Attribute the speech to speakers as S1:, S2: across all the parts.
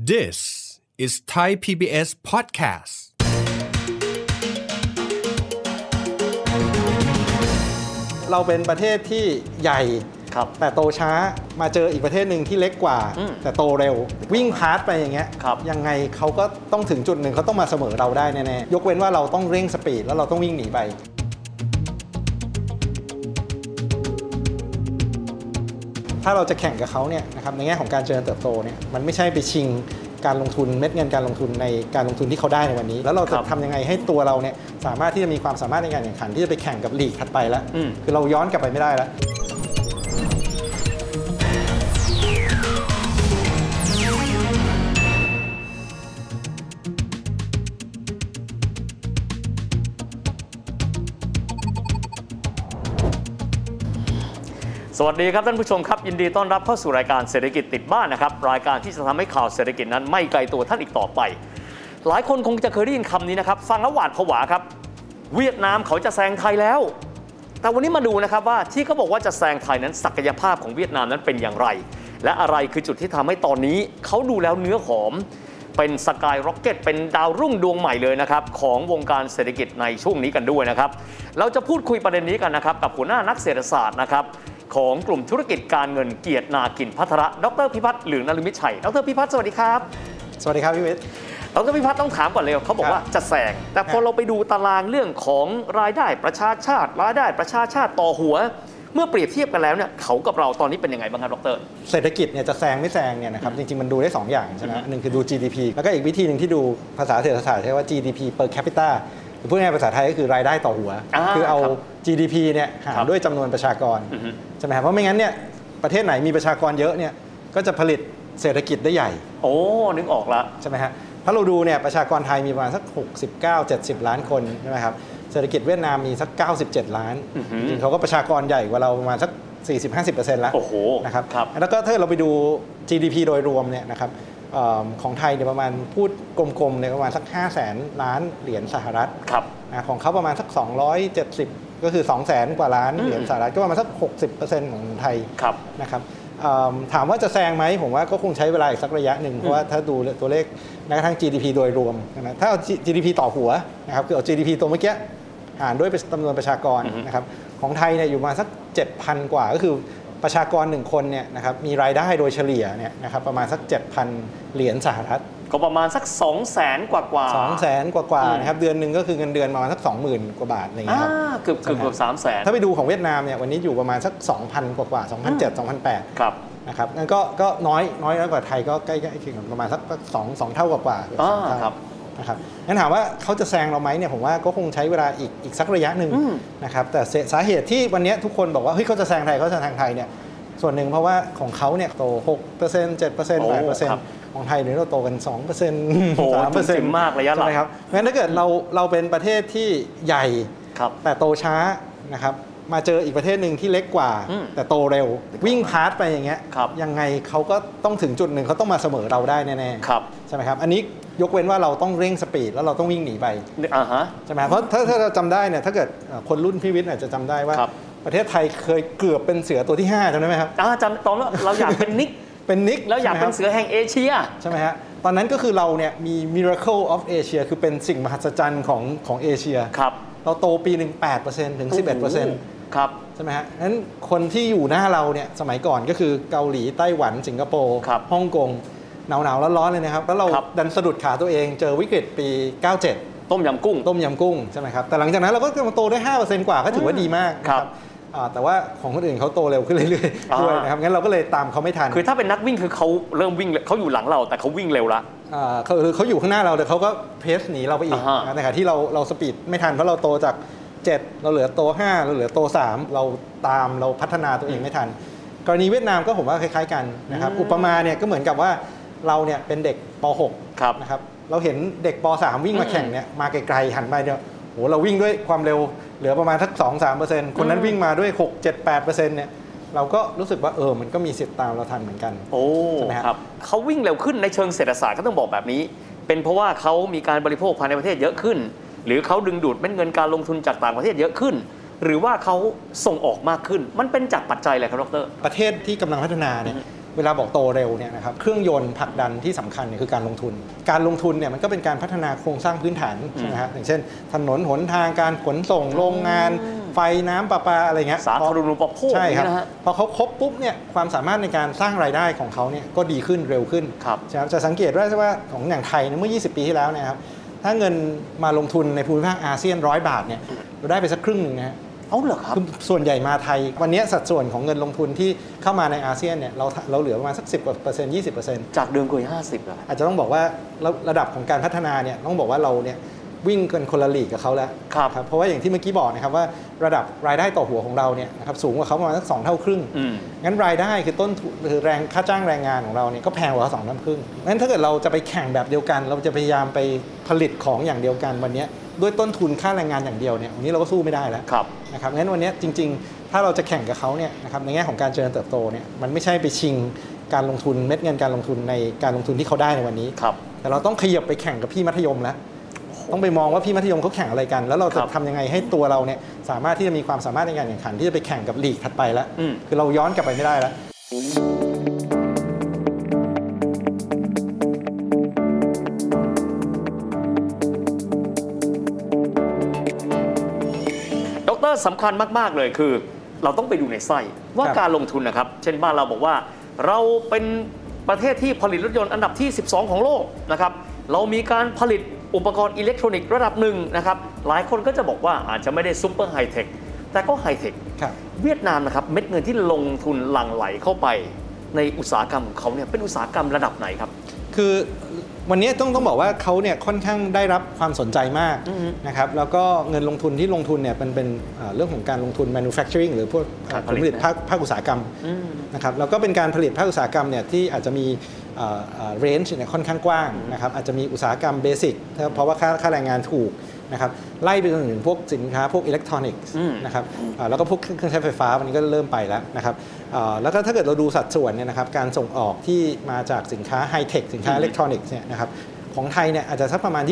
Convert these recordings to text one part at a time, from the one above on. S1: This is Thai PBS podcast.
S2: เราเป็นประเทศที่ใหญ่
S3: ครับ
S2: แต่โตช้ามาเจออีกประเทศหนึ่งที่เล็กกว่า
S3: อืม
S2: แต่โตเร็ว วิ่งพาร์ตไปอย่างเงี้ย
S3: ครับ
S2: ยังไงเขาก็ต้องถึงจุดหนึ่งเขาต้องมาเสมอเราได้แน่ๆยกเว้นว่าเราต้องเร่งสปีดแล้วเราต้องวิ่งหนีไป ถ้าเราจะแข่งกับเขาเนี่ยนะครับในแง่ของการเจริญเติบโตเนี่ยมันไม่ใช่ไปชิงการลงทุนเม็ดเงินการลงทุนในการลงทุนที่เขาได้ในวันนี้ แล้วเรา
S3: ค
S2: จะ
S3: รับ
S2: ทำยังไงให้ตัวเราเนี่ยสามารถที่จะมีความสามารถในการแข่งขันที่จะไปแข่งกับลีกถัดไปแล้ว
S3: อืม
S2: คือเราย้อนกลับไปไม่ได้แล้ว
S3: สวัสดีครับท่านผู้ชมครับ ยินดีต้อนรับเข้าสู่รายการเศรษฐกิจติดบ้านนะครับ รายการที่จะทำให้ข่าวเศรษฐกิจนั้นไม่ไกลตัวท่านอีกต่อไป หลายคนคงจะเคยได้ยินคำนี้นะครับ ฟังแล้วหวาดผวาครับ เวียดนามเขาจะแซงไทยแล้ว แต่วันนี้มาดูนะครับว่าที่เขาบอกว่าจะแซงไทยนั้นศักยภาพของเวียดนามนั้นเป็นอย่างไร และอะไรคือจุดที่ทำให้ตอนนี้เขาดูแล้วเนื้อหอม เป็นสกายร็อกเก็ตเป็นดาวรุ่งดวงใหม่เลยนะครับ ของวงการเศรษฐกิจในช่วงนี้กันด้วยนะครับ เราจะพูดคุยประเด็นนี้กันนะครับ กับหัวหน้านักเศรษฐศาสตร์นะครับ ของกลุ่มธุรกิจการเงินเกียรตินากินพัทระดรพิพัฒน์เหลืองนฤมิตชัยดรพิพัฒน์สวัสดีครับ
S2: สวัสดีครับพี่วิทย์
S3: ดรพิพัฒน์ต้องถามก่อนเลยเขาบอกว่าจะแซงแต่พ
S2: ครั
S3: อ
S2: บ
S3: เราไปดูตารางเรื่องของรายได้ประชาชาติ รายได้ประชาชาติต่อหัว เมื่อเปรียบเทียบกันแล้วเนี่ยเขากับเราตอนนี้เป็นยังไงบ้างครับดร
S2: เศรษฐกิจเนี่ยจะแซงไม่แซงเนี่ยนะครับจริง ๆ มันดูได้ 2 อย่างใช่ไหมหนึ่งคือดู GDP แล้วก็อีกวิธีหนึ่งที่ดูภาษาเศรษฐศาสตร์ใช้ว่า GDP per capita หรือพูดง่ายๆภาษาไทยก็คือรายได้ต่อหัว
S3: อ่า
S2: คือเอา
S3: ครับ
S2: GDP เนี่ยหาร
S3: ครับ
S2: ด้วยจำนวนประชากร
S3: อือฮึ
S2: ใช่ไหมครับเพราะไม่งั้นเนี่ยประเทศไหนมีประชากรเยอะเนี่ยก็จะผลิตเศรษฐกิจได้ใหญ่
S3: โอ้นึกออกละ
S2: ใช่ไหมฮะถ้าเราดูเนี่ยประชากรไทยมีประมาณสัก 69 70 ล้านคนใช่ไหมครับเศรษฐกิจเวียดนามมีสัก 97 ล้าน
S3: อือฮึ
S2: จริงๆเขาก็ประชากรใหญ่กว่าเราประมาณสัก 40-50%แล้ว
S3: โอ้โห
S2: นะครับ
S3: ครับ
S2: แล้วก็ถ้าเราไปดู GDP โดยรวมเนี่ยนะครับเอมของไทยเนี่ยประมาณพูดกลมๆเนี่ยประมาณสัก 5 0 0แสนล้านเหรียญสหรัฐ
S3: ครับ
S2: นะของเขาประมาณสัก 270 ก็คือ 2 0 0แสนกว่าล้าน
S3: อืม
S2: เหรียญสหรัฐก็ประมาณสัก 60%ของไทย
S3: ครับ
S2: นะครับเอิ่มถามว่าจะแซงไหมผมว่าก็คงใช้เวลาอีกสักระยะหนึ่งเพราะว่าถ้าดูตัวเลขแม้กระทั่ง GDP โดยรวมนะถ้าเอา GDP ต่อหัวนะครับคือเอา GDP ตัวเมื่อกี้หารด้วยจำนวนประชากร
S3: อือฮึ
S2: นะครับของไทยเนี่ยอยู่ประมาณสัก 7,000 กว่าก็คือ ประชากรหนึ่งคนเนี่ยนะครับมีรายได้โดยเฉลี่ยเนี่ยนะครับประมาณสัก 7,000 เหรียญสหรัฐ
S3: ก็ประมาณสัก 2 0 0แสนกว่ากว่า
S2: 2 0 0แสนกว่า
S3: อืม
S2: ๆนะครับเดือนหนึ่งก็คือเงินเดือนประมาณสัก 20,000 กว่าบาทอะไรอย่างเงี้
S3: อ่าย
S2: ครับ
S3: เกือบเกือบเกือบสามแสน
S2: ถ้าไปดูของเวียดนามเนี่ยวันนี้อยู่ประมาณสัก 2,000 กว่าๆ2,007 2,008
S3: ครับ
S2: นะครับนั่นก็ก็น้อยน้อยน้อยกว่าไทยก็ใกล้ใกล้เคียงกันประมาณสักสองสองเท่ากว่ากว่าเกือบสอง
S3: อ่า
S2: เท่า
S3: ครับ
S2: นะครับงั้นถามว่าเขาจะแซงเราไหมเนี่ยผมว่าก็คงใช้เวลาอีกอีกสักระยะหนึ่ง
S3: อืม
S2: นะครับแต่เสสาเหตุที่วันเนี้ยทุกคนบอกว่าเฮ้ยเขาจะแซงไทยเขาจะแซงไทยเนี่ยส่วนหนึ่งเพราะว่าของเขาเนี่ยโต6% 7%
S3: ครับ
S2: 8%ของไทยเนี่ยเราโตกัน 2%
S3: โอ้โห
S2: 3%
S3: จริงๆมากระยะหลัง
S2: ใช่ไครับงั้นถ้าเกิดเราเราเป็นประเทศที่ใหญ่
S3: ครับ
S2: แต่โตช้านะครับ มาเจออีกประเทศหนึ่งที่เล็กกว่า
S3: อืม
S2: แต่โตเร็ว วิ่งพาร์ตไปอย่างเงี้ย
S3: ครับ
S2: ยังไงเขาก็ต้องถึงจุดหนึ่งเขาต้องมาเสมอเราได้แน่
S3: ครับ
S2: ๆใช่ไหมครับอันนี้ยกเว้นว่าเราต้องเร่งสปีดแล้วเราต้องวิ่งหนีไป
S3: อ่าฮะ
S2: ใช่ไหมครับเพราะถ้าถ้าเราจำได้เนี่ยถ้าเกิดเอ่อคนรุ่นพี่วิทย์อาจจะจำได้ว่า
S3: ครับ
S2: ประเทศไทยเคยเกือบเป็นเสือตัวที่5จำได้ไหมครับ
S3: อ่าจำตอนนั้นเราอยากเป็นนิก
S2: เป็นนิก
S3: แล้วอยากเป็น
S2: ใช่ไหมครับ
S3: เสือแห่งเอเชีย
S2: ใช่ไหมฮะ ตอนนั้นก็คือเราเนี่ยมี miracle of Asia คือเป็นสิ่งมหัศจรรย์ของของเอเชีย
S3: ครับ
S2: เราโตปีหนึ่ง8%ถึง 11%
S3: ครับ
S2: ใช่ไหมฮะนั้นคนที่อยู่หน้าเราเนี่ยสมัยก่อนก็คือเกาหลีไต้หวันสิงคโปร์
S3: ครับ
S2: ฮ่องกงหนาวหนาวๆร้อนๆเลยนะครับ แล้วเรา
S3: ครับ
S2: ดันสะดุดขาตัวเองเจอวิกฤตปี 97
S3: ต้มยำกุ้ง
S2: ต้มยำกุ้งใช่ไหมครับ แต่หลังจากนั้นเราก็มาโตได้ 5%กว่าก็ถือว่าดีมากนะครับ อ่าแต่ว่าของคนอื่นเขาโตเร็วขึ้นเรื่อย
S3: อ่า
S2: ๆด้วยนะครับงั้นเราก็เลยตามเขาไม่ทัน
S3: คือถ้าเป็นนักวิ่งคือเขาเริ่มวิ่งเขาอยู่หลังเราแต่เขาวิ่งเร็วละ
S2: าเขาคือเขาอยู่ข้างหน้าเราแต่เขาก็เพสหนีเราไปอีก
S3: อ่าฮะ
S2: นะในขณะที่เราเราสปีดไม่ทันเพราะเราโตจาก 7 เราเหลือโต 5 เราเหลือโต 3 เราตามเราพัฒนาตัวเองไม่ทัน กรณีเวียดนามก็ผมว่าคล้ายๆกันนะครับอุปมาเนี่ยก็เหมือนกับว่าเราเนี่ยเป็นเด็กป
S3: ครับ
S2: .6 นะครับเราเห็นเด็กป .3 วิ่งมา
S3: อืม
S2: แข่งเนี่ยมาไกลๆหันไปเนี่ยโหเราวิ่งด้วยความเร็วเหลือประมาณทัก2-3%คนนั้น
S3: อืม
S2: วิ่งมาด้วย 6-7-8%เนี่ยเราก็รู้สึกว่าเออมันก็มีสิทธิ์ตามเราทันเหมือนกัน
S3: โอ้
S2: ใช่ไหมฮะ
S3: ครับเขาวิ่งเร็วขึ้นในเชิงเศรษฐศาสตร์ก็ต้องบอกแบบนี้ เป็นเพราะว่าเขามีการบริโภคภายในประเทศเยอะขึ้น หรือเขาดึงดูดเม็ดเงินการลงทุนจากต่างประเทศเยอะขึ้น หรือว่าเขาส่งออกมากขึ้น มันเป็นจากปัจจัยอะไรครับดร
S2: ประเทศที่กำลังพัฒนาเนี่ย เวลาบอกโตเร็วเนี่ยนะครับเครื่องยนต์ผลักดันที่สำคัญเนี่ยคือการลงทุน การลงทุนเนี่ยมันก็เป็นการพัฒนาโครงสร้างพื้นฐานใช่ไหมฮะอย่างเช่น ถนนหนทางการขนส่งโรงงาน ไฟน้ำประปาอะไรเงี้ย
S3: สาธารณูปโภค
S2: ใช่ครับ
S3: นี่นะฮะ
S2: พอเขาครบปุ๊บเนี่ยความสามารถในการสร้างรายได้ของเขาเนี่ยก็ดีขึ้นเร็วขึ้น
S3: ครับ
S2: จะจะสังเกตได้ว่าของอย่างไทยเนี่ยเมื่อ 20 ปีที่แล้วเนยครับถ้าเงินมาลงทุนในภูมิภาคอาเซียนร้อยบาทเนี่ยเราได้ไปสักครึ่งหนึงนะฮะ
S3: เอาเหรอครับ
S2: คือส่วนใหญ่มาไทย วันนี้สัดส่วนของเงินลงทุนที่เข้ามาในอาเซียนเนี่ยเราเราเหลือประมาณสัก 10กว่าเปอร์เซ็นต์20เปอร์เซ็นต์
S3: จากเดิมเคย50เหรอ
S2: อาจจะต้องบอกว่าระระดับของการพัฒนาเนี่ยต้องบอกว่าเราเนี่ยวิ่งเกินคนละลีกกับเขาแล้ว
S3: ครับ
S2: เพราะว่าอย่างที่เมื่อกี้บอกนะครับว่าระดับรายได้ต่อหัวของเราเนี่ยนะครับสูงกว่าเขาประมาณสักสองเท่าครึ่ง
S3: อืม
S2: งั้นรายได้คือต้นทุนคือแรงค่าจ้างแรงงานของเราเนี่ยก็แพงกว่าเขาสองเท่าครึ่งงั้นถ้าเกิดเราจะไปแข่งแบบเดียวกัน เราจะพยายามไปผลิตของอย่างเดียวกันวันเนี้ยด้วยต้นทุนค่าแรงงานอย่างเดียวเนี่ยวันนี้เราก็สู้ไม่ได้แล้ว
S3: ครับ
S2: นะครับงั้นวันเนี้ยจริง ๆ ถ้าเราจะแข่งกับเขาเนี่ยนะครับในแง่ของการเจริญเติบโตเนี่ยมันไม่ใช่ไปชิงการลงทุนเม็ดเงินการลงทุนในการลงทุนที่เขาได้ในวันนี้
S3: ครับ
S2: แต่เราต้องขยับไปแข่งกับพี่มัธยมแล้ว ต้องไปมองว่าพี่มัธยมเขาแข่งอะไรกัน แล้วเรา
S3: ค
S2: จะ
S3: รับ
S2: ทำยังไงให้ตัวเราเนี่ยสามารถที่จะมีความสามารถในการแข่งขันที่จะไปแข่งกับลีกถัดไปแล้ว
S3: อืม
S2: คือเราย้อนกลับไปไม่ได้แล้ว
S3: ดรสำคัญมาก ๆ เลยคือ เราต้องไปดูในไส้ว่า
S2: ครับ
S3: การลงทุนนะครับ เช่นบ้านเราบอกว่า เราเป็นประเทศที่ผลิตรถยนต์อันดับที่ 12 ของโลกนะครับ เรามีการผลิตอุปกรณ์อิเล็กทรอนิกส์ระดับหนึ่งนะครับ หลายคนก็จะบอกว่าอาจจะไม่ได้ซุปเปอร์ไฮเทคแต่ก็ไฮเทค
S2: ครับ
S3: เวียดนามนะครับ เม็ดเงินที่ลงทุนหลั่งไหลเข้าไป ในอุตสาหกรรมของเขาเนี่ยเป็นอุตสาหกรรมระดับไหนครับ
S2: คือวันนี้ต้องต้องบอกว่าเขาเนี่ยค่อนข้างได้รับความสนใจมาก
S3: อือฮึ
S2: นะครับแล้วก็เงินลงทุนที่ลงทุนเนี่ยเป็นเป็นเอ่อเรื่องของการลงทุน manufacturing หรือพวกเอ่อ
S3: การ
S2: ผ
S3: ผลิ
S2: ลผ
S3: ต
S2: ลิต
S3: นะ
S2: ภาคภาคอุตสาหกรรม
S3: อืม
S2: นะครับแล้วก็เป็นการผลิตภาคอุตสาหกรรมเนี่ยที่อาจจะมีเรนจ์เนี่ยค่อนข้างกว้างนะครับอาจจะมีอุตสาหกรรมเบสิกเพราะว่าค่าค่าแรงงานถูกนะครับไล่ไปจนถึงพวกสินค้าพวกอิเล็กทรอนิกส์
S3: อืม
S2: นะครับอ่าแล้วก็พวกเครื่องใช้ไฟฟ้ามันก็เริ่มไปแล้วนะครับอ่าแล้วก็ถ้าเกิดเราดูสัดส่วนเนี่ยนะครับการส่งออกที่มาจากสินค้าไฮเทคสินค้าอิเล็กทรอนิกส์เนี่ยนะครับของไทยเนี่ยอาจจะสักประมาณ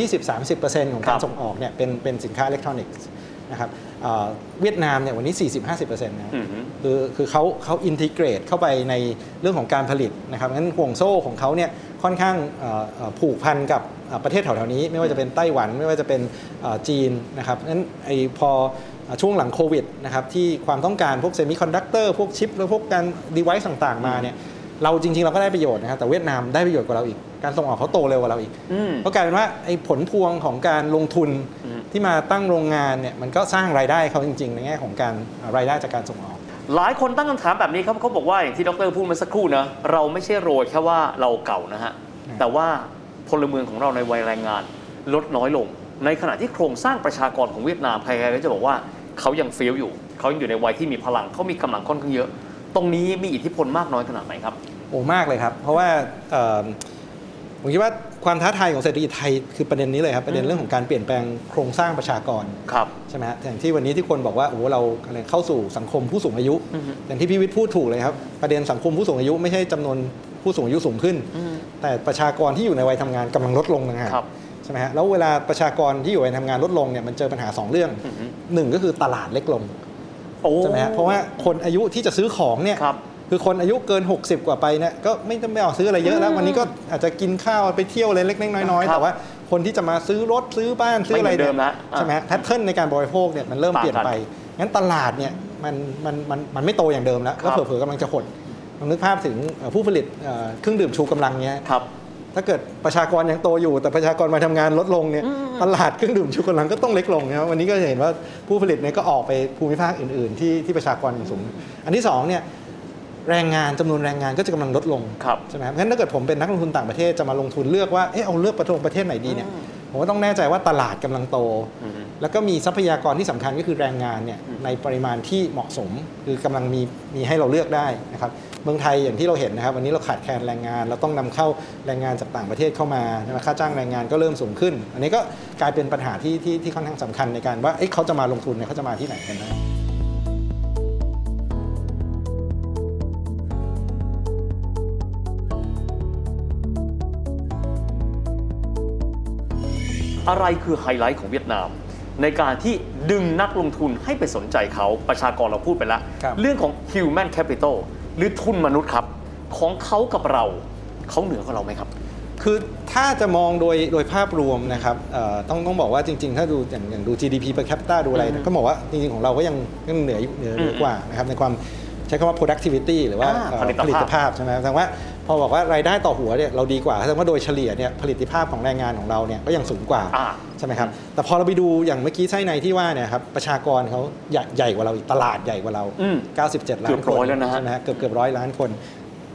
S2: 20-30%ของการส่งออกเนี่ยเป็นเป็นสินค้าอิเล็กทรอนิกส์นะครับอ่าเวียดนามเนี่ยวันนี้ 40-50%นะ
S3: อืม
S2: คือคือเขาเขาอินทิเกรตเข้าไปในเรื่องของการผลิตนะครับงั้นห่วงโซ่ของเขาเนี่ยค่อนข้างเอ่อเอ่อผูกพันกับเอ่อประเทศแถวๆนี้ ไม่ว่าจะเป็นไต้หวัน ไม่ว่าจะเป็นเอ่อจีนนะครับงั้นไอพอเอ่อช่วงหลังโควิดนะครับที่ความต้องการพวกเซมิคอนดักเตอร์พวกชิป แล้วพวกการดีไวซ์ต่างๆมาเนี่ยเราจริงๆ เราก็ได้ประโยชน์นะครับแต่เวียดนามได้ประโยชน์กว่าเราอีก การส่งออกเขาโตเร็วกว่าเราอีก
S3: อืม
S2: ก็กลายเป็นว่าไอ้ผลพวงของการลงทุน
S3: อืม
S2: ที่มาตั้งโรงงานเนี่ยมันก็สร้างรายได้เขาจริง ๆ ในแง่ของการเอ่อรายได้จากการส่งออก
S3: หลายคนตั้งคำถามแบบนี้ครับเขาบอกว่าอย่างที่ดรพูดเมื่อสักครู่นะเราไม่ใช่โรยแค่ว่าเราเก่านะฮะ
S2: อืม
S3: แต่ว่าพลเมืองของเราในวัยแรงงานลดน้อยลง ในขณะที่โครงสร้างประชากรของเวียดนามใครๆก็จะบอกว่าเขายังเฟี้ยวอยู่ เขายังอยู่ในวัยที่มีพลังเขามีกำลังค่อนข้างเยอะ ตรงนี้มีอิทธิพลมากน้อยขนาดไหนครับ
S2: โอ้มากเลยครับ เพราะว่าเอ่อผมคิดว่าความท้าทายของเศรษฐกิจไทยคือประเด็นนี้เลยครับ ประเด็นเรื่องของการเปลี่ยนแปลงโครงสร้างประชากร
S3: ครับ
S2: ใช่ไหมฮะอย่างที่วันนี้ที่คนบอกว่าโอ้โหเราอะไรเข้าสู่สังคมผู้สูงอายุ
S3: อือฮึ
S2: อย่างที่พี่วิทย์พูดถูกเลยครับ ประเด็นสังคมผู้สูงอายุไม่ใช่จำนวนผู้สูงอายุสูงขึ้น แต่ประชากรที่อยู่ในวัยทำงานกำลังลดลงต่างหาก
S3: ครับ
S2: ใช่ไหมฮะแล้วเวลาประชากรที่อยู่ในวัยทำงานลดลงเนี่ยมันเจอปัญหาสองเรื่อง
S3: อือฮึ
S2: หนึ่งก็คือตลาดเล็กลง
S3: โอ้
S2: ใช่ไหมฮะเพราะว่าคนอายุที่จะซื้อของเนี่ย
S3: ครับ
S2: อคนอายุเกิน 60 กว่าไปเนี่ยก็ไม่จำเป็นออกซื้ออะไรเยอะแล้ว วันนี้ก็อาจจะกินข้าวไปเที่ยวอะไรเล็กๆน้อยๆ
S3: ครับ
S2: แต่ว่าคนที่จะมาซื้อรถซื้อบ้านซื้ออะไร
S3: ไม่เหมือนเดิ
S2: เนี่ย
S3: มละ
S2: ใช่ไหมฮะแพทเทิร์นในการบริโภคเนี่ยมันเริ่ม
S3: ต่าง
S2: เปลี่ยนไป งั้นตลาดเนี่ยมันมันมันมันไม่โตอย่างเดิมแล้ว
S3: ครับ
S2: แล้วเผลอๆกำลังจะหดลองนึกภาพถึงเอ่อผู้ผลิตเอ่อเครื่องดื่มชูกำลังเนี่ย
S3: ครับ
S2: ถ้าเกิดประชากรยังโตอยู่ แต่ประชากรมาทำงานลดลงเนี่ยตลาดเครื่องดื่มชูกำลังก็ต้องเล็กลงนะครับวันนี้ก็จะเห็นว่าผู้ผลิตเนี่ยก็ออกไปภูมิภาคอื่นๆ ที่ที่ประชากรยังสูง อันที่สองเนี่ยแรงงานจำนวนแรงงานก็จะกำลังลดลง
S3: ครับ
S2: ใช่ไหมครับงั้นถ้าเกิดผมเป็นนักลงทุนต่างประเทศจะมาลงทุนเลือกว่าเออเอาเลือกประเทศประเทศไหนดีเนี่ยผมก็ต้องแน่ใจว่าตลาดกำลังโต
S3: อืม
S2: แล้วก็มีทรัพยากรที่สำคัญก็คือแรงงานเนี่ยในปริมาณที่เหมาะสม คือกำลังมีมีให้เราเลือกได้นะครับเมืองไทยอย่างที่เราเห็นนะครับ วันนี้เราขาดแคลนแรงงาน เราต้องนำเข้าแรงงานจากต่างประเทศเข้ามานะครับค่าจ้างแรงงานก็เริ่มสูงขึ้น อันนี้ก็กลายเป็นปัญหาที่ที่ที่ค่อนข้างสำคัญในการว่าเอ๊ะเขาจะมาลงทุนเนี่ยเขาจะมาที่ไหนกันนะ
S3: อะไรคือไฮไลท์ของเวียดนาม ในการที่ดึงนักลงทุนให้ไปสนใจเขาประชากรเราพูดไปแล้ว
S2: ครับ
S3: เรื่องของ human capital หรือทุนมนุษย์ครับ ของเขากับเราเขาเหนือกว่าเราไหมครับ
S2: คือถ้าจะมองโดยโดยภาพรวมนะครับเอ่อต้องต้องบอกว่าจริง ๆ ถ้าดูอย่างอย่างดู GDP per capita ดูอะไร
S3: อืม
S2: ก็บอกว่าจริง ๆ ของเราก็ยังยังเหนืออยู่เหนือเหนือ
S3: ม
S2: กว่านะครับในความใช้คำว่า productivity หรือว่า
S3: อ่า
S2: เอ่อ
S3: ผลิตภาพ
S2: ผลิตภาพใช่ไหมแสดงว่าพอบอกว่ารายได้ต่อหัวเนี่ยเราดีกว่าแสดงว่าโดยเฉลี่ยเนี่ยผลิตภาพของแรงงานของเราเนี่ยก็ยังสูงกว่า
S3: อ่า
S2: ใช่ไหมครับ แต่พอเราไปดูอย่างเมื่อกี้ไส้ในที่ว่าเนี่ยครับประชากรเขาใหญ่ใหญ่กว่าเราอีกตลาดใหญ่กว่าเรา
S3: อืม
S2: 97 ล้า
S3: เกื
S2: น
S3: อบ
S2: ค
S3: ร้
S2: น
S3: อยแล้วนะฮะ
S2: ใช่ไหมฮะเกือบเกือบร้อยล้านคน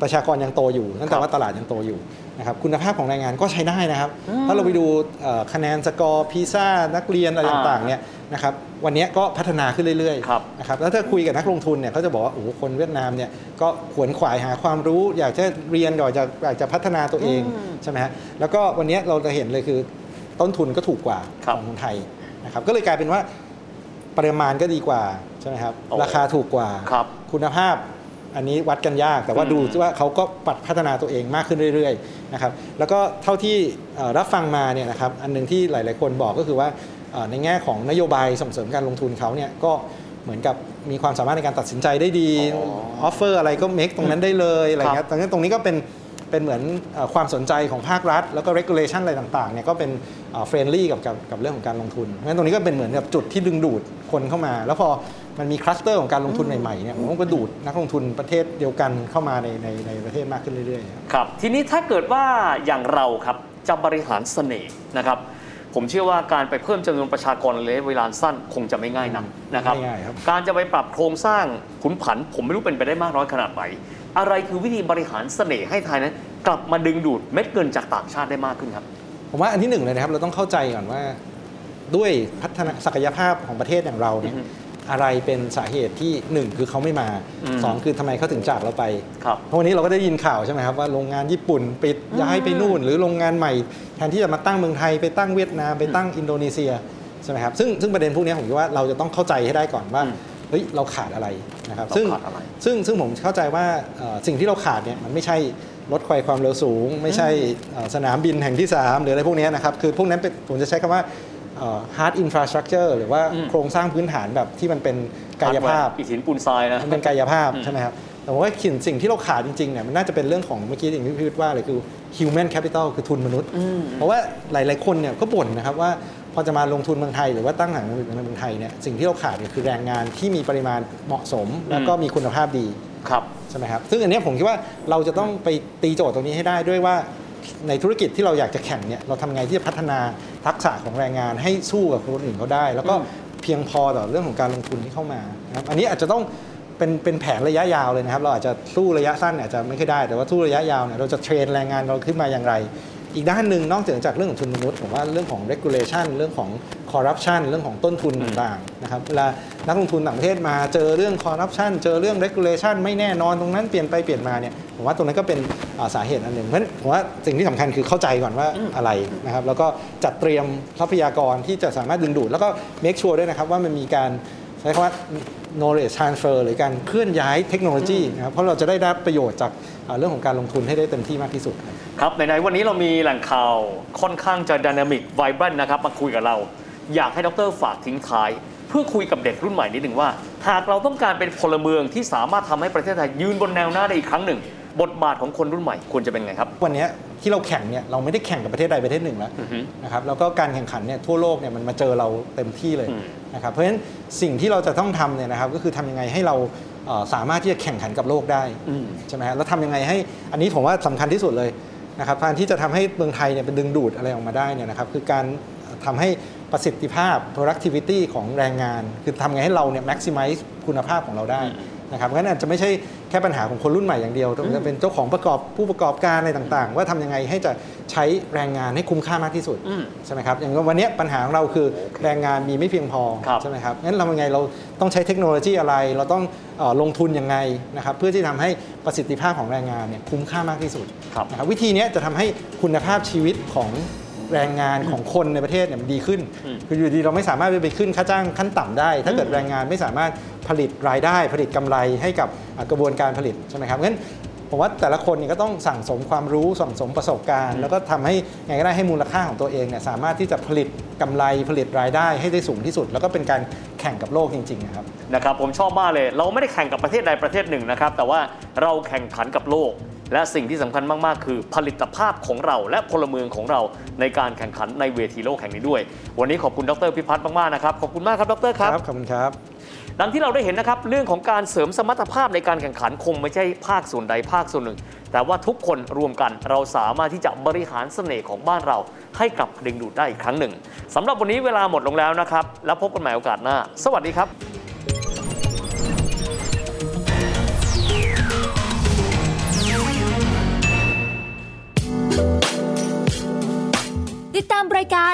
S2: ประชากรยังโตอยู่นั่น
S3: ครั
S2: แต่
S3: บ
S2: ว่าตลาดยังโตอยู่นะครับคุณภาพของแรงงานก็ใช้ได้นะครับ
S3: อืม
S2: ถ้าเราไปดูเอ่อคะแนนสกอร์พีซ่านักเรียนอะไร
S3: อ่า
S2: ต่างๆเนี่ยนะครับวันเนี้ยก็พัฒนาขึ้นเรื่อย
S3: ครับ
S2: นะครับแล้วถ้าคุยกับนักลงทุนเนี่ยเขาจะบอกว่าโอ้โหคนเวียดนามเนี่ยก็ขวนขวายหาความรู้อยากจะเรียนอยากจะอยากจะพัฒนาตัวเอง ใช่ไหมฮะ แล้วก็วันนี้เราจะเห็นเลยคือต้นทุนก็ถูกกว่า
S3: ครับ
S2: ของคนไทยนะครับ ก็เลยกลายเป็นว่าปริมาณก็ดีกว่าใช่ไหมครับ
S3: โอ้
S2: ราคาถูกกว่า
S3: ครับ
S2: คุณภาพอันนี้วัดกันยาก แต่ว่า
S3: อืม
S2: ดูว่าเขาก็ปรับพัฒนาตัวเองมากขึ้นเรื่อยๆนะครับ แล้วก็เท่าที่เอ่อรับฟังมาเนี่ยนะครับ อันหนึงที่หลาย ๆ คนบอกก็คือว่าเอ่อในแง่ของนโยบายส่งเสริมการลงทุนเขาเนี่ยก็เหมือนกับมีความสามารถในการตัดสินใจได้ดี
S3: อ๋อ
S2: ออฟเฟอร์อะไรก็เมคตรงนั้นได้เลยอะไรอย่างเงี้ย ดังนั้นตรงนี้ก็เป็นเป็นเหมือนเอ่อความสนใจของภาครัฐ แล้วก็ regulation อะไรต่างๆเนี่ยก็เป็นเฟรนลี่อ friendly กับกับกับเรื่องของการลงทุนเพราะฉะนั้นตรงนี้ก็เป็นเหมือนกับจุดที่ดึงดูดคนเข้ามา แล้วพอมันมีคลัสเตอร์ของการลงทุนใหม่ๆเนี่ยมันก็ดูดนักลงทุนประเทศเดียวกันเข้ามาในในในประเทศมากขึ้นเรื่อยๆครับ
S3: ครับทีนี้ถ้าเกิดว่าอย่างเราครับจะบริหารเสน่ห์นะครับ ผมเชื่อว่าการไปเพิ่มจำนวนประชากรในระยะเวลาสั้นคงจะไม่ง่ายนักนะครับ
S2: ไม่ง่ายครับ
S3: การจะไปปรับโครงสร้างขุนผัน ผมไม่รู้เป็นไปได้มากน้อยขนาดไหนอะไรคือวิธีบริหารเสน่ห์ให้ไทยนั้น กลับมาดึงดูดเม็ดเงินจากต่างชาติได้มากขึ้นครับ
S2: ผมว่าอันที่หนึ่งเลยนะครับเราต้องเข้าใจก่อนว่าด้วยพัฒนาศักยภาพของประเทศอย่างเราเนี่ย
S3: อือฮึ
S2: อะไรเป็นสาเหตุที่หนึ่งคือเขาไม่มา
S3: อืม
S2: สองคือทำไมเขาถึงจากเราไป
S3: ครับ
S2: เพราะวันนี้เราก็ได้ยินข่าวใช่ไหมครับว่าโรงงานญี่ปุ่นปิดย้ายไปนู่น หรือโรงงานใหม่ แทนที่จะมาตั้งเมืองไทยไปตั้งเวียดนามไปตั้งอินโดนีเซียใช่ไหมครับซึ่งซึ่งประเด็นพวกนี้ผมคิดว่าเราจะต้องเข้าใจให้ได้ก่อนว่า
S3: อืม
S2: เฮ้ยเราขาดอะไรนะครับ
S3: เรา
S2: ซึ่ง
S3: ขาดอะไร
S2: ซึ่งซึ่งผมเข้าใจว่าเอ่อสิ่งที่เราขาดเนี่ยมันไม่ใช่รถไฟความเร็วสูง ไม่ใช่เอ่อสนามบินแห่งที่ 3 หรืออะไรพวกนี้นะครับคือพวกนั้นเป็นผมจะใช้คำว่าเอ่อ hard infrastructure หรือว่า
S3: อืม
S2: โครงสร้างพื้นฐานแบบที่มันเป็นกายภาพ
S3: อิฐหินปูนทรายนะ
S2: มันเป็นกายภาพ
S3: อืม
S2: ใช่ไหมครับ แต่ว่าสิ่งสิ่งที่เราขาดจริงๆเนี่ยมันน่าจะเป็นเรื่องของเมื่อกี้อย่างที่พี่วิทย์ว่าเลยคือ human capital คือทุนมนุษย์
S3: อืม
S2: เพราะว่าหลายๆคนเนี่ยก็บ่นนะครับว่าพอจะมาลงทุนเมืองไทยหรือว่าตั้งฐานในเมืองไทยเนี่ยสิ่งที่เราขาดเนี่ยคือแรงงานที่มีปริมาณเหมาะสม แล้วก็มีคุณภาพดี
S3: ครับ
S2: ใช่ไหมครับ ซึ่งอันเนี้ยผมคิดว่าเราจะต้องไปตีโจทย์ตรงนี้ให้ได้ด้วยว่าในธุรกิจที่เราอยากจะแข่งเนี่ยเราทำไงที่จะพัฒนาทักษะของแรงงานให้สู้กับคนอื่นเขาได้ แล้วก็
S3: อืม
S2: เพียงพอต่อเรื่องของการลงทุนที่เข้ามานะครับอันนี้อาจจะต้องเป็นเป็นแผนระยะยาวเลยนะครับ เราอาจจะสู้ระยะสั้นอาจจะไม่ค่อยได้ แต่ว่าสู้ระยะยาวเนี่ยเราจะเทรนแรงงานเราขึ้นมาอย่างไร อีกด้านหนึ่งนอกจากจากเรื่องของทุนมนุษย์ผมว่าเรื่องของ regulation เรื่องของ corruption เรื่องของต้นทุน
S3: อืม
S2: ต่างๆนะครับเวลานักลงทุนต่างประเทศมาเจอเรื่อง corruption เจอเรื่อง regulation ไม่แน่นอนตรงนั้นเปลี่ยนไปเปลี่ยนมาเนี่ยผมว่าตรงนั้นก็เป็นอ่าสาเหตุอันหนึ่งเพราะฉะนั้นผมว่าสิ่งที่สำคัญคือเข้าใจก่อนว่าอะไรนะครับแล้วก็จัดเตรียมทรัพยากรที่จะสามารถดึงดูด แล้วก็ make sure ด้วยนะครับว่ามันมีการใช้คำว่า knowledge transfer หรือการเคลื่อนย้ายเทคโนโลยีนะครับเพราะเราจะได้รับประโยชน์จากอ่าเรื่องของการลงทุนให้ได้เต็มที่มากที่สุดครับ
S3: ครับในๆวันนี้เรามีแหล่งข่าวค่อนข้างจะดินามิกไวบรันนะครับมาคุยกับเรา อยากให้ดรฝากทิ้งท้าย เพื่อคุยกับเด็กรุ่นใหม่นิดหนึ่งว่า หากเราต้องการเป็นพลเมืองที่สามารถทำให้ประเทศไทยยืนบนแนวหน้าได้อีกครั้งหนึ่ง บทบาทของคนรุ่นใหม่ควรจะเป็นไงครับ
S2: วันเนี้ยที่เราแข่งเนี่ยเราไม่ได้แข่งกับประเทศใดประเทศหนึ่งแล้ว
S3: อือฮึ
S2: นะครับแล้วก็การแข่งขันเนี่ยทั่วโลกเนี่ยมันมาเจอเราเต็มที่เลย
S3: อืม
S2: นะครับเพราะฉะนั้นสิ่งที่เราจะต้องทำเนี่ยนะครับก็คือทำยังไงให้เราเอ่อสามารถที่จะแข่งขันกับโลกได้
S3: อืม
S2: ใช่ไหมฮะแล้วทำยังไงให้อันนี้ผมว่าสำคัญที่สุดเลยนะครับการที่จะทำให้เมืองไทยเนี่ยเป็นดึงดูดอะไรออกมาได้เนี่ยนะครับคือการทำให้ประสิทธิภาพ productivity ของแรงงาน คือทำไงให้เราเนี่ย maximize คุณภาพของเราได้ ได้นะครับงั้นอาจจะไม่ใช่แค่ปัญหาของคนรุ่นใหม่อย่างเดียวแต่มันจะเป็นเจ้าของประกอบผู้ประกอบการอะไรต่างๆ ว่าทำยังไงให้จะใช้แรงงานให้คุ้มค่ามากที่สุด
S3: อืม
S2: ใช่ไหมครับอย่างวันเนี้ยปัญหาของเราคือแรงงานมีไม่เพียงพอ
S3: ครับ
S2: ใช่ไหมครับงั้นเรายังไงเราต้องใช้เทคโนโลยีอะไร เราต้องเอ่อลงทุนยังไงนะครับเพื่อที่ทำให้ประสิทธิภาพของแรงงานเนี่ยคุ้มค่ามากที่สุด
S3: ครับ
S2: นะครับวิธีเนี้ยจะทำให้คุณภาพชีวิตของแรงงานของคนในประเทศเนี่ยมันดีขึ้น คืออยู่ดีเราไม่สามารถไปขึ้นค่าจ้างขั้นต่ำได้ ถ้าเกิดแรงงานไม่สามารถผลิตรายได้ ผลิตกำไรให้กับอ่ะกระบวนการผลิตใช่ไหมครับงั้นผมว่าแต่ละคนเนี่ยก็ต้องสั่งสมความรู้สั่งสมประสบการณ์ แล้วก็ทำให้ไงก็ได้ให้มูลค่าของตัวเองเนี่ยสามารถที่จะผลิตกำไรผลิตรายได้ให้ได้สูงที่สุด แล้วก็เป็นการแข่งกับโลกจริงๆนะครับ
S3: นะครับผมชอบมากเลย เราไม่ได้แข่งกับประเทศใดประเทศหนึ่งนะครับ แต่ว่าเราแข่งขันกับโลก และสิ่งที่สำคัญมาก ๆ คือผลิตภาพของเราและพลเมืองของเราในการแข่งขันในเวทีโลกแห่งนี้ด้วย วันนี้ขอบคุณดรพิพัฒน์มาก ๆ นะครับ ขอบคุณมากครับดรครับ
S2: ขอบคุณครับ
S3: ดังที่เราได้เห็นนะครับ เรื่องของการเสริมสมรรถภาพในการแข่งขันคงไม่ใช่ภาคส่วนใดภาคส่วนหนึ่ง แต่ว่าทุกคนรวมกันเราสามารถที่จะบริหารเสน่ห์ของบ้านเรา ให้กลับดึงดูดได้อีกครั้งหนึ่งสำหรับวันนี้เวลาหมดลงแล้วนะครับ แล้วพบกันใหม่โอกาสหน้า สวัสดีครับ
S4: ติดตามรายการ